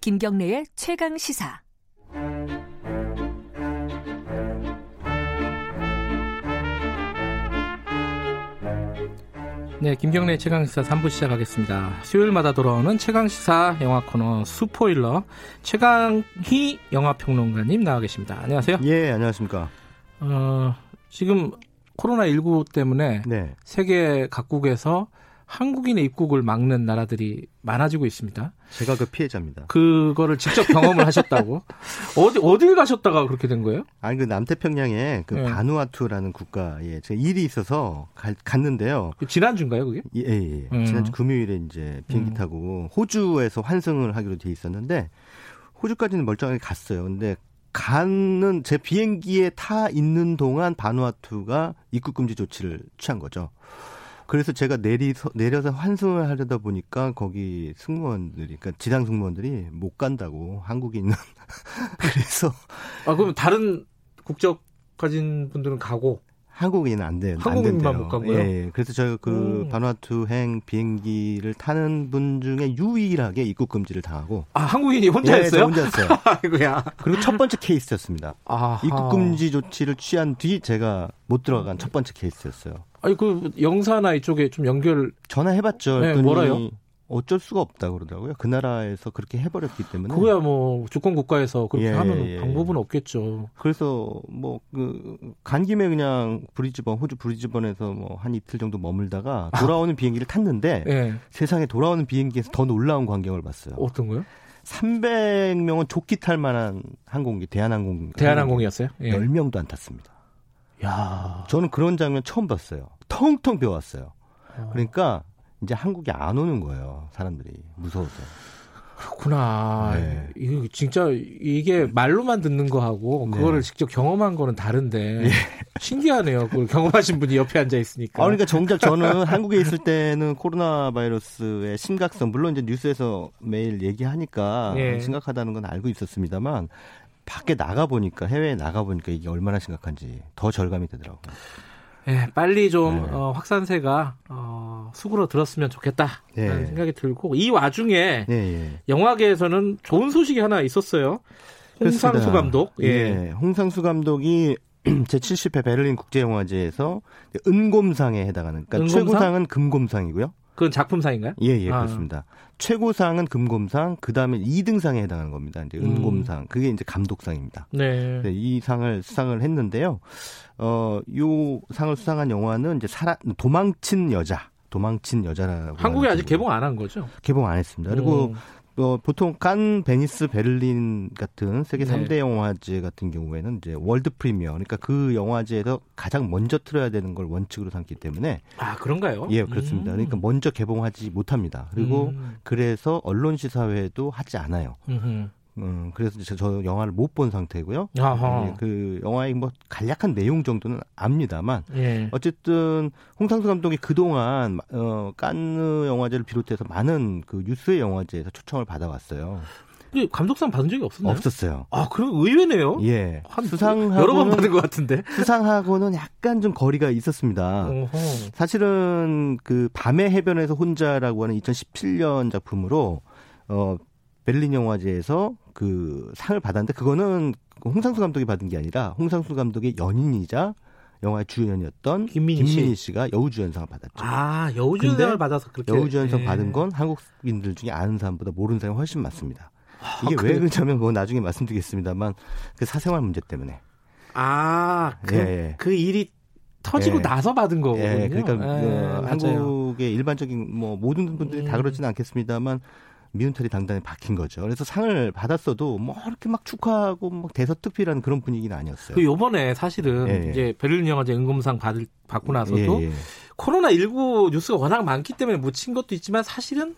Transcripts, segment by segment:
김경래의 최강 시사. 네, 김경래 최강시사 3부 시작하겠습니다. 수요일마다 돌아오는 최강시사 영화 코너 수포일러 최강희 영화평론가님 나와 계십니다. 안녕하세요. 예, 안녕하십니까. 어, 지금 코로나19 때문에 네. 세계 각국에서 한국인의 입국을 막는 나라들이 많아지고 있습니다. 제가 그 피해자입니다. 그거를 직접 경험을 하셨다고 어디 어딜 가셨다가 그렇게 된 거예요? 아니, 그 남태평양에 그 네. 바누아투라는 국가에 제가 일이 있어서 갈- 갔는데요. 지난주인가요, 그게? 예, 예. 음. 예 지난주 금요일에 이제 비행기 음. 타고 호주에서 환승을 하기로 돼 있었는데 호주까지는 멀쩡하게 갔어요. 근데 가는 제 비행기에 타 있는 동안 바누아투가 입국 금지 조치를 취한 거죠. 그래서 제가 내리서 내려서 환승을 하려다 보니까 거기 승무원들이 그러니까 지상 승무원들이 못 간다고 한국인 그래서 아, 그럼 다른 국적 가진 분들은 가고 한국인은 안 돼요. 안 한국인만 된대요. 못 가고요? 예, 예. 그래서 저희 그 음. 바누아투행 비행기를 타는 분 중에 유일하게 입국 금지를 당하고 아, 한국인이 예, 혼자였어요? 저 혼자였어요. 아이고야. 그리고 첫 번째 케이스였습니다. 아, 입국 금지 조치를 취한 뒤 제가 못 들어간 첫 번째 케이스였어요. 아니 그 영사나 이쪽에 좀 연결 전화해봤죠. 네, 그랬더니 뭐라요? 어쩔 수가 없다 그러더라고요. 그 나라에서 그렇게 해버렸기 때문에. 그거야 뭐 주권 국가에서 그렇게 음. 예, 하면 예. 방법은 없겠죠. 그래서 뭐 그 간 김에 그냥 브리즈번 호주 브리즈번에서 뭐 한 이틀 정도 머물다가 돌아오는 비행기를 탔는데 예. 세상에 돌아오는 비행기에서 더 놀라운 광경을 봤어요. 어떤 거요? 음. 300명은 조끼 탈 만한 항공기, 대한항공. 대한항공이었어요. 예. 10명도 안 탔습니다. 야. 저는 그런 장면 처음 봤어요. 텅텅 비어왔어요. 그러니까 이제 한국에 안 오는 거예요. 사람들이 무서워서. 그렇구나. 네. 이거 진짜 이게 말로만 듣는 거하고 네. 예. 그거를 직접 경험한 거는 다른데 신기하네요. 그걸 경험하신 분이 옆에 앉아 있으니까. 아, 그러니까 정작 저는 한국에 있을 때는 코로나 바이러스의 심각성, 물론 이제 뉴스에서 매일 얘기하니까 예. 심각하다는 건 알고 있었습니다만, 밖에 나가보니까, 해외에 나가보니까 이게 얼마나 심각한지 더 절감이 되더라고요. 예, 빨리 좀 네. 어, 확산세가 어, 수그러 들었으면 좋겠다. 라는 예. 생각이 들고 이 와중에 예, 예. 영화계에서는 좋은 소식이 하나 있었어요. 홍상수 그렇습니다. 감독. 예. 예, 홍상수 감독이 제70회 베를린 국제영화제에서 은곰상에 해당하는, 그러니까 은곰상? 최고상은 금곰상이고요. 그건 작품상인가요? 예, 예, 아. 그렇습니다. 최고상은 금곰상, 그 다음에 2등상에 해당하는 겁니다. 이제 음. 은곰상. 그게 이제 감독상입니다. 네. 네, 이 상을 수상을 했는데요. 어, 요 상을 수상한 영화는 이제 살아, 도망친 여자. 도망친 여자라고. 한국에 하는 아직 개봉 제목으로. 안 한 거죠? 개봉 안 했습니다. 네, 그리고 음. 어, 보통 깐, 베니스, 베를린 같은 세계 네. 삼 3대 영화제 같은 경우에는 이제 월드 프리미어, 그러니까 그 영화제에서 가장 먼저 틀어야 되는 걸 원칙으로 삼기 때문에 아 그런가요? 예, 그렇습니다. 음. 그러니까 먼저 개봉하지 못합니다. 그리고 음. 그래서 언론 시사회도 하지 않아요. 음흠. 음, 그래서 이제 저 영화를 못 본 상태고요. 아하. 예, 그 영화의 뭐 간략한 내용 정도는 압니다만 예. 어쨌든 홍상수 감독이 그동안 어, 깐느 영화제를 비롯해서 많은 그 뉴스의 영화제에서 초청을 받아왔어요. 근데 감독상 받은 적이 없었나요? 없었어요. 아 그럼 의외네요. 예. 한 수상하고는, 여러 번 받은 것 같은데. 수상하고는 약간 좀 거리가 있었습니다. 어허. 사실은 그 밤의 해변에서 혼자라고 하는 2017년 작품으로 어 베를린 영화제에서 그 상을 받았는데 그거는 홍상수 감독이 받은 게 아니라 홍상수 감독의 연인이자 영화의 주연이었던 김민희 씨. 김민희 씨가 여우주연상을 받았죠. 아 여우주연상을 근데 받아서 그렇게. 여우주연상 예. 받은 건 한국인들 중에 아는 사람보다 모르는 사람이 훨씬 많습니다. 이게 왜 아, 그래요? 그러냐면 그건 나중에 말씀드리겠습니다만 그 사생활 문제 때문에 아, 그, 예, 예. 그 일이 터지고 예. 나서 받은 거거든요. 예, 그러니까 예, 어, 맞아요. 한국의 일반적인 뭐 모든 분들이 음. 다 그렇지는 않겠습니다만 미운 털이 당당히 박힌 거죠. 그래서 상을 받았어도 뭐 이렇게 막 축하하고 막 대서특필하는 그런 분위기는 아니었어요. 그 요번에 사실은 예, 예. 이제 베를린 영화제 은금상 받을 받고 나서도 예, 예. 코로나 19 뉴스가 워낙 많기 때문에 묻힌 것도 있지만 사실은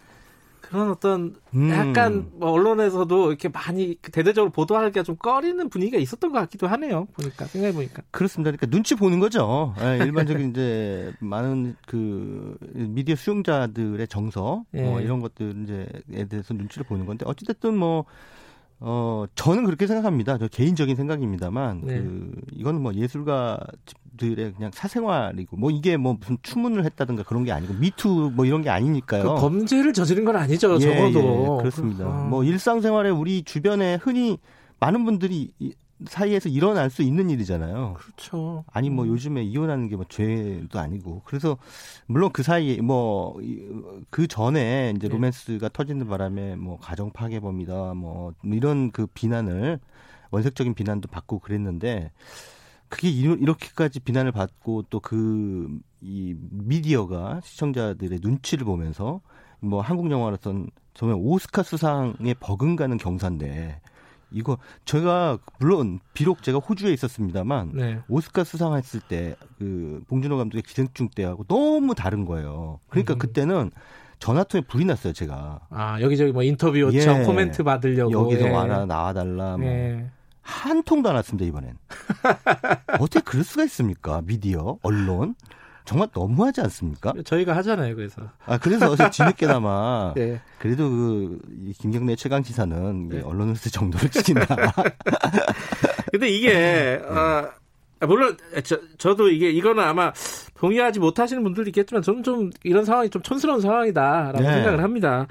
그런 어떤 음. 약간 뭐 언론에서도 이렇게 많이 그 대대적으로 보도하기가 좀 꺼리는 분위기가 있었던 것 같기도 하네요. 보니까 생각해 보니까. 그렇습니다. 그러니까 눈치 보는 거죠. 예, 일반적인 이제 많은 그 미디어 수용자들의 정서 예. 뭐 이런 것들 이제에 대해서 눈치를 보는 건데 어찌됐든 뭐 어, 저는 그렇게 생각합니다. 저 개인적인 생각입니다만, 네. 그, 이건 뭐 예술가들의 그냥 사생활이고, 뭐 이게 뭐 무슨 추문을 했다든가 그런 게 아니고, 미투 뭐 이런 게 아니니까요. 그 범죄를 저지른 건 아니죠. 적어도 예, 그렇습니다. 아, 뭐 일상생활에 우리 주변에 흔히 많은 분들이 이 사이에서 일어날 수 있는 일이잖아요. 그렇죠. 아니 뭐 요즘에 이혼하는 게 뭐 죄도 아니고 그래서 물론 그 사이에 뭐 그 전에 이제 네. 로맨스가 터지는 바람에 뭐 가정 파괴범이다 뭐 이런 그 비난을 원색적인 비난도 받고 그랬는데 그게 이- 이렇게까지 비난을 받고 또 그 이 미디어가 시청자들의 눈치를 보면서 뭐 한국 영화로선 정말 오스카 수상에 버금가는 경사인데 이거 제가 물론 비록 제가 호주에 있었습니다만 네. 오스카 수상했을 때 그 봉준호 감독의 기생충 때하고 너무 다른 거예요. 그러니까 음. 그때는 전화통에 불이 났어요, 제가. 아 여기저기 뭐 인터뷰 요청 예. 코멘트 받으려고 여기서 예. 와라 나와달라 뭐. 예. 한 통도 안 왔습니다 이번엔. 어떻게 그럴 수가 있습니까? 미디어, 언론 정말 너무하지 않습니까? 저희가 하잖아요. 그래서 아 그래서 어제 뒤늦게나마 예. 그래도 그이 김경래 최강 시사는 네. 언론으로서 정도를 지킨다. 근데 이게 아, 물론 아, 저, 저도 이게 이거는 아마 동의하지 못하시는 분들도 있겠지만 저는 좀 이런 상황이 좀 촌스러운 상황이다라고 네. 생각을 합니다.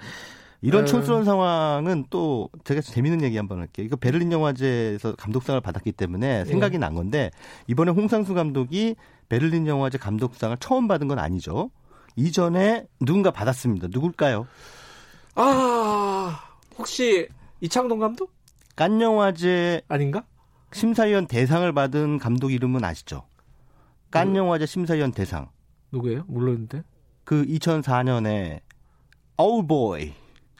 이런 음. 촌스러운 상황은 또 제가 재밌는 얘기 한번 할게요. 이거 베를린 영화제에서 감독상을 받았기 때문에 생각이 난 건데 이번에 홍상수 감독이 베를린 영화제 감독상을 처음 받은 건 아니죠. 이전에 누군가 받았습니다. 누굴까요? 아 혹시 이창동 감독 깐 영화제 아닌가? 심사위원 대상을 받은 감독 이름은 아시죠? 깐 영화제 심사위원 대상. 누구예요? 모르는데. 그 2004년에 어우보이.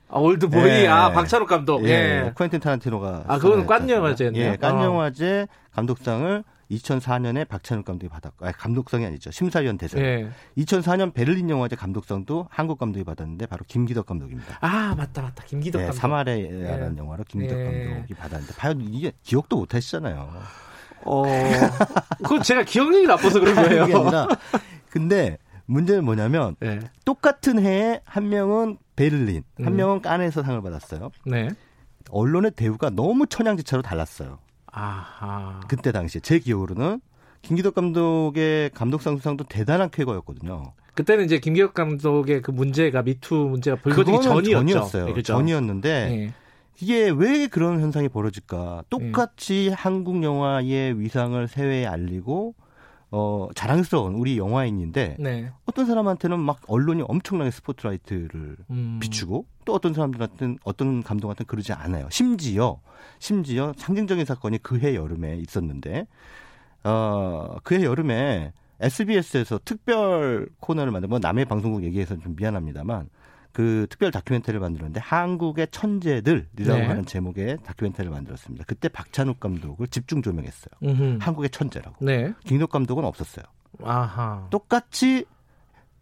아 올드보이 예. 아 박찬욱 감독. 예. 예. 쿠엔틴 타란티노가. 아, 그건 깐 수상했지 않습니까? 영화제였네요. 예, 깐 어. 영화제 감독상을 2004년에 박찬욱 감독이 받았고, 아 감독상이 아니죠. 심사위원 대상. 예. 2004년 베를린 영화제 감독상도 한국 감독이 받았는데 바로 김기덕 감독입니다. 아 맞다 맞다 김기덕 예, 감독. 사마레라는 영화로 김기덕 예. 감독이 받았는데 과연 이게 기억도 못 하시잖아요. 어. 그건 제가 기억력이 나빠서 그런 거예요. 그게 아니라 근데 문제는 뭐냐면 예. 똑같은 해에 한 명은 베를린, 한 음. 명은 깐에서 상을 받았어요. 네. 언론의 대우가 너무 천양지차로 달랐어요. 아하. 그때 당시에 제 기억으로는 김기덕 감독의 감독상 수상도 대단한 쾌거였거든요. 그때는 이제 김기덕 감독의 그 문제가 미투 문제가 불거지기 그거는 전이었죠. 전이었어요. 네, 그죠? 전이었는데 예. 이게 왜 그런 현상이 예. 벌어질까? 똑같이 한국 영화의 위상을 세계에 알리고 어 자랑스러운 우리 영화인인데 네. 어떤 사람한테는 막 언론이 엄청나게 스포트라이트를 음. 비추고 또 어떤 사람들한테는 어떤 감독한테는 그러지 않아요. 심지어 심지어 상징적인 사건이 그해 여름에 있었는데 어 그해 여름에 SBS에서 특별 코너를 만들 뭐 남해 방송국 얘기해서 좀 미안합니다만 그 특별 다큐멘터리를 만들었는데 한국의 천재들이라고 네. 하는 제목의 다큐멘터리를 만들었습니다. 그때 박찬욱 감독을 집중 조명했어요. 음흠. 한국의 천재라고. 네. 김덕 감독은 없었어요. 아하. 똑같이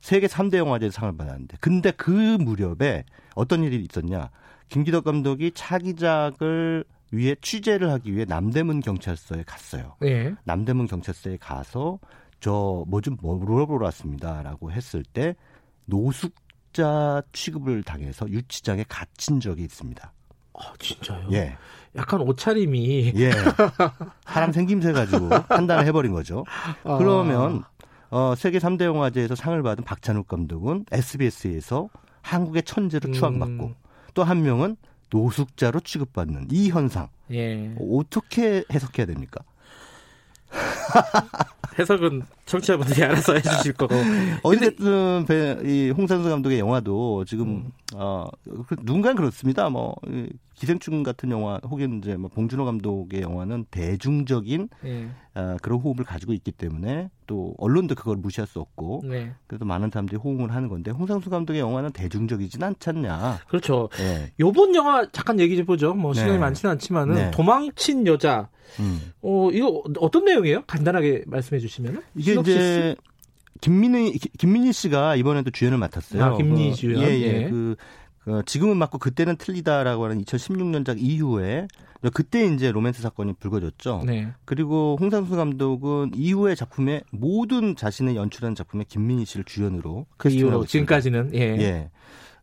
세계 3대 영화제 상을 받았는데 근데 그 무렵에 어떤 일이 있었냐 김기덕 감독이 차기작을 위해 취재를 하기 위해 남대문 경찰서에 갔어요. 예. 남대문 경찰서에 가서 저 뭐 좀 물어보러 왔습니다라고 했을 때 노숙자 취급을 당해서 유치장에 갇힌 적이 있습니다. 아, 진짜요? 예, 약간 옷차림이 예. 사람 생김새 가지고 판단을 해버린 거죠. 아, 그러면 어, 세계 3대 영화제에서 상을 받은 박찬욱 감독은 SBS에서 한국의 천재로 음. 추앙받고 또 한 명은 노숙자로 취급받는 이 현상 예. 어떻게 해석해야 됩니까? 해석은 청취자분들이 알아서 해 주실 거고. 어쨌든 배- 이 홍상수 감독의 영화도 지금 음. 어, 그- 누군가는 그렇습니다. 뭐이 기생충 같은 영화 혹은 이제 뭐 봉준호 감독의 영화는 대중적인 예. 아, 그런 호흡을 가지고 있기 때문에 또 언론도 그걸 무시할 수 없고 네. 그래도 많은 사람들이 호응을 하는 건데 홍상수 감독의 영화는 대중적이진 않잖냐. 그렇죠. 예. 요번 영화 잠깐 얘기 좀 보죠. 뭐 시간이 네. 많지는 않지만은 네. 도망친 여자. 음. 어 이거 어떤 내용이에요? 간단하게 말씀해 주시면. 이게 이제 김민희 기- 김민희 씨가 이번에도 주연을 맡았어요. 아, 김민희 그, 주연. 예, 예. 예. 그, 그 지금은 맞고 그때는 틀리다라고 하는 2016년작 이후에 그때 이제 로맨스 사건이 불거졌죠. 네. 그리고 홍상수 감독은 이후의 작품에 모든 자신의 연출한 작품에 김민희 씨를 주연으로 그 캐스팅을 이후로 하고 있습니다. 지금까지는 예. 예.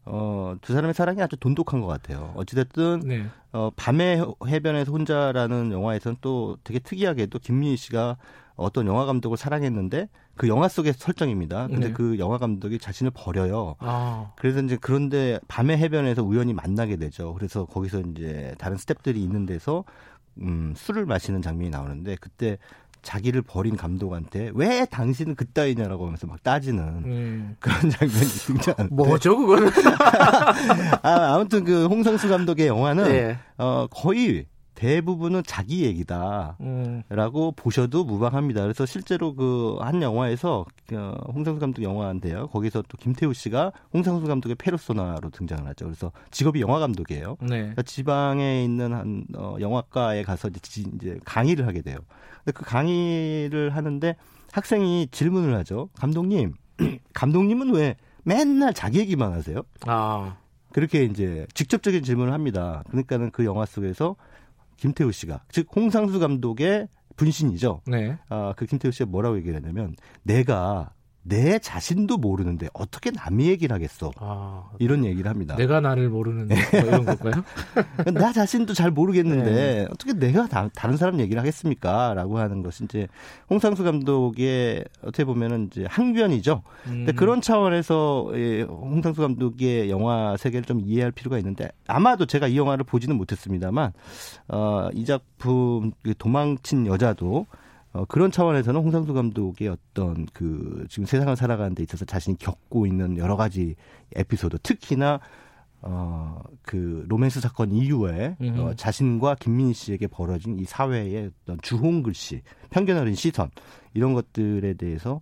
어, 두 사람의 사랑이 아주 돈독한 것 같아요. 어찌됐든 네. 어, 밤의 해변에서 혼자라는 영화에서는 또 되게 특이하게도 김민희 씨가 어떤 영화 감독을 사랑했는데 그 영화 속의 설정입니다. 근데 네. 그 영화 감독이 자신을 버려요. 아, 그래서 이제 그런데 밤의 해변에서 우연히 만나게 되죠. 그래서 거기서 이제 다른 스탭들이 있는 데서 음, 술을 마시는 장면이 나오는데 그때 자기를 버린 감독한테 왜 당신은 그따위냐라고 하면서 막 따지는 네. 그런 장면이 등장하는데 뭐죠 그거는? 아, 아무튼 그 홍성수 감독의 영화는 예. 어, 거의 대부분은 자기 얘기다. 음, 라고 보셔도 무방합니다. 그래서 실제로 그 한 영화에서 어, 홍상수 감독 영화인데요. 거기서 또 김태우 씨가 홍상수 감독의 페르소나로 등장을 하죠. 그래서 직업이 영화 감독이에요. 네. 그러니까 지방에 있는 한 어, 영화과에 가서 이제, 지- 이제 강의를 하게 돼요. 근데 그 강의를 하는데 학생이 질문을 하죠. 감독님, 감독님은 왜 맨날 자기 얘기만 하세요? 아, 그렇게 이제 직접적인 질문을 합니다. 그러니까는 그 영화 속에서 김태우 씨가 즉 홍상수 감독의 분신이죠. 네. 아, 그 김태우 씨가 뭐라고 얘기를 하냐면 내가 내 자신도 모르는데 어떻게 남이 얘기를 하겠어. 아, 이런 얘기를 합니다. 그러니까 내가 나를 모르는 뭐 이런 걸까요? 나 자신도 잘 모르겠는데 어떻게 내가 다, 른 사람 얘기를 하겠습니까? 라고 하는 것이 이제 홍상수 감독의 어떻게 보면은 이제 항변이죠. 근데 음, 그런 차원에서 예, 홍상수 감독의 영화 세계를 좀 이해할 필요가 있는데 아마도 제가 이 영화를 보지는 못했습니다만 어, 이 작품 그 도망친 여자도 어, 그런 차원에서는 홍상수 감독의 어떤 그 지금 세상을 살아가는 데 있어서 자신이 겪고 있는 여러 가지 에피소드 특히나 어, 그 로맨스 사건 이후에 어, 음흠. 자신과 김민희 씨에게 벌어진 이 사회의 어떤 주홍 글씨, 편견 어린 시선 이런 것들에 대해서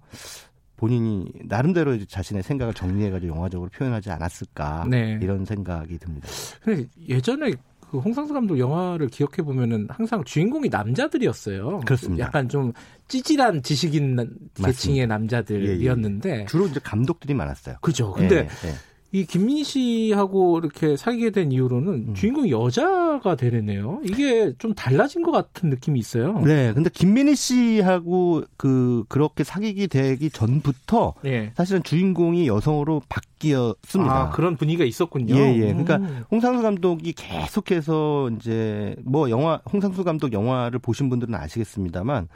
본인이 나름대로 이제 자신의 생각을 정리해가지고 영화적으로 표현하지 않았을까 네. 이런 생각이 듭니다. 근데 예전에 그 홍상수 감독 영화를 기억해 보면은 항상 주인공이 남자들이었어요. 그렇습니다. 약간 좀 찌질한 지식인 나- 계층의 남자들이었는데 주로 이제 감독들이 많았어요. 그죠. 네. 근데 예, 예. 이 김민희 씨하고 이렇게 사귀게 된 이후로는 음. 주인공 여자가 되려네요. 이게 좀 달라진 것 같은 느낌이 있어요. 네, 근데 김민희 씨하고 그 그렇게 사귀게 되기 전부터 예. 사실은 주인공이 여성으로 바뀌었습니다. 아, 그런 분위기가 있었군요. 예, 예. 그러니까 음. 홍상수 감독이 계속해서 이제 뭐 영화 홍상수 감독 영화를 보신 분들은 아시겠습니다만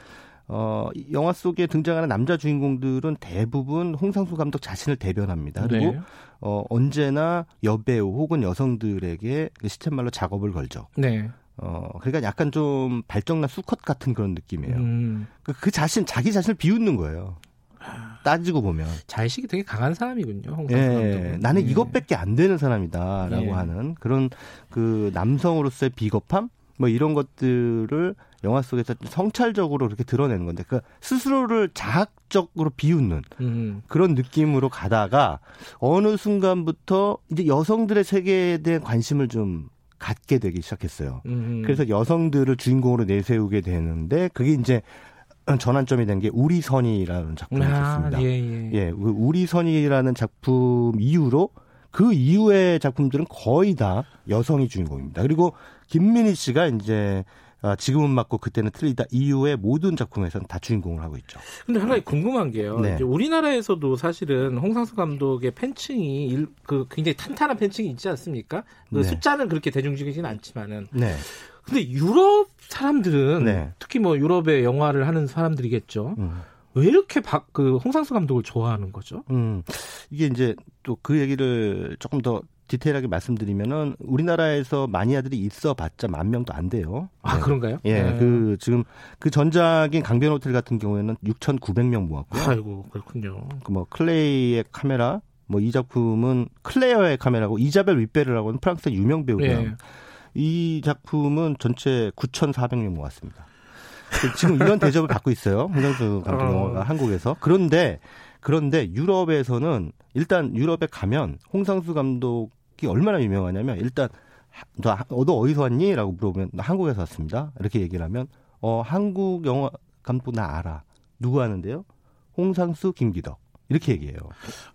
어, 이 영화 속에 등장하는 남자 주인공들은 대부분 홍상수 감독 자신을 대변합니다. 그리고 네. 어, 언제나 여배우 혹은 여성들에게 그 시쳇말로 작업을 걸죠. 네. 어, 그러니까 약간 좀 발정난 수컷 같은 그런 느낌이에요. 음, 그, 그 자신 자기 자신을 비웃는 거예요. 따지고 보면 자의식이 되게 강한 사람이군요. 홍상수 예, 감독은. 나는 예. 이것밖에 안 되는 사람이다라고 예. 하는 그런 그 남성으로서의 비겁함 뭐 이런 것들을 영화 속에서 성찰적으로 이렇게 드러내는 건데 그 스스로를 자학적으로 비웃는 음. 그런 느낌으로 가다가 어느 순간부터 이제 여성들의 세계에 대한 관심을 좀 갖게 되기 시작했어요. 음. 그래서 여성들을 주인공으로 내세우게 되는데 그게 이제 전환점이 된 게 우리 선이라는 작품이 아, 있었습니다. 예, 예. 예, 그 우리 선이라는 작품 이후로 그 이후의 작품들은 거의 다 여성이 주인공입니다. 그리고 김민희 씨가 이제 아, 지금은 맞고 그때는 틀리다 이후의 모든 작품에서는 다 주인공을 하고 있죠. 근데 하나 궁금한 게요. 네. 이제 우리나라에서도 사실은 홍상수 감독의 팬층이 일- 그 굉장히 탄탄한 팬층이 있지 않습니까? 그 네. 숫자는 그렇게 대중적이진 않지만은 네. 근데 유럽 사람들은 네. 특히 뭐 유럽의 영화를 하는 사람들이겠죠. 음. 왜 이렇게 박, 그 홍상수 감독을 좋아하는 거죠? 음. 이게 이제 또 그 얘기를 조금 더 디테일하게 말씀드리면은 우리나라에서 마니아들이 있어 봤자 만 명도 안 돼요. 아 네. 그런가요? 예, 네. 그 지금 그 전작인 강변 호텔 같은 경우에는 6,900명 모았고요. 아이고 그렇군요. 그뭐 클레이의 카메라 뭐 이 작품은 클레어의 카메라고 이자벨 윗베르라고는 프랑스 의 유명 배우고요. 예. 이 작품은 전체 9,400명 모았습니다. 지금 이런 대접을 받고 있어요. 홍상수 감독 어. 영화가 한국에서. 그런데 그런데 유럽에서는 일단 유럽에 가면 홍상수 감독이 얼마나 유명하냐면 일단 하- 너, 하- 너 어디서 왔니? 라고 물어보면 나 한국에서 왔습니다. 이렇게 얘기를 하면 어 한국 영화 감독 나 알아. 누구 하는데요? 홍상수 김기덕 이렇게 얘기해요.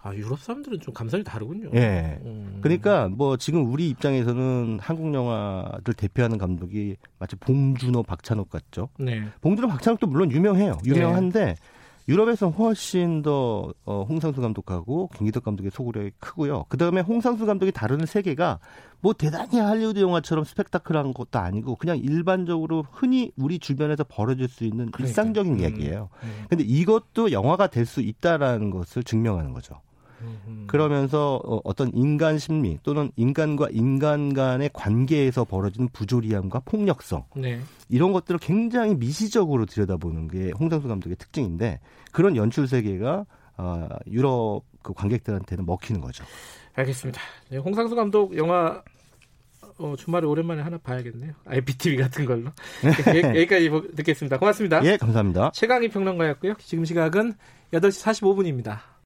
아 유럽 사람들은 좀 감성이 다르군요. 예. 음. 그러니까 뭐 지금 우리 입장에서는 한국 영화를 대표하는 감독이 마치 봉준호, 박찬욱 같죠. 네. 봉준호, 박찬욱도 물론 유명해요. 유명한데 유럽에서 훨씬 더 어, 홍상수 감독하고 김기덕 감독의 소구력이 크고요. 그 다음에 홍상수 감독이 다루는 세계가 뭐 대단히 할리우드 영화처럼 스펙타클한 것도 아니고 그냥 일반적으로 흔히 우리 주변에서 벌어질 수 있는 그러니까요. 일상적인 음. 이야기예요. 음. 근데 이것도 영화가 될 수 있다라는 것을 증명하는 거죠. 음. 그러면서 어, 어떤 인간 심리 또는 인간과 인간 간의 관계에서 벌어지는 부조리함과 폭력성 네. 이런 것들을 굉장히 미시적으로 들여다보는 게 홍상수 감독의 특징인데 그런 연출 세계가 아, 유럽 그 관객들한테는 먹히는 거죠. 알겠습니다. 네, 홍상수 감독 영화 어, 주말에 오랜만에 하나 봐야겠네요. IPTV 같은 걸로. 예, 여기까지 보- 듣겠습니다. 고맙습니다. 예, 감사합니다. 최강희 평론가였고요. 지금 시각은 8시 45분입니다.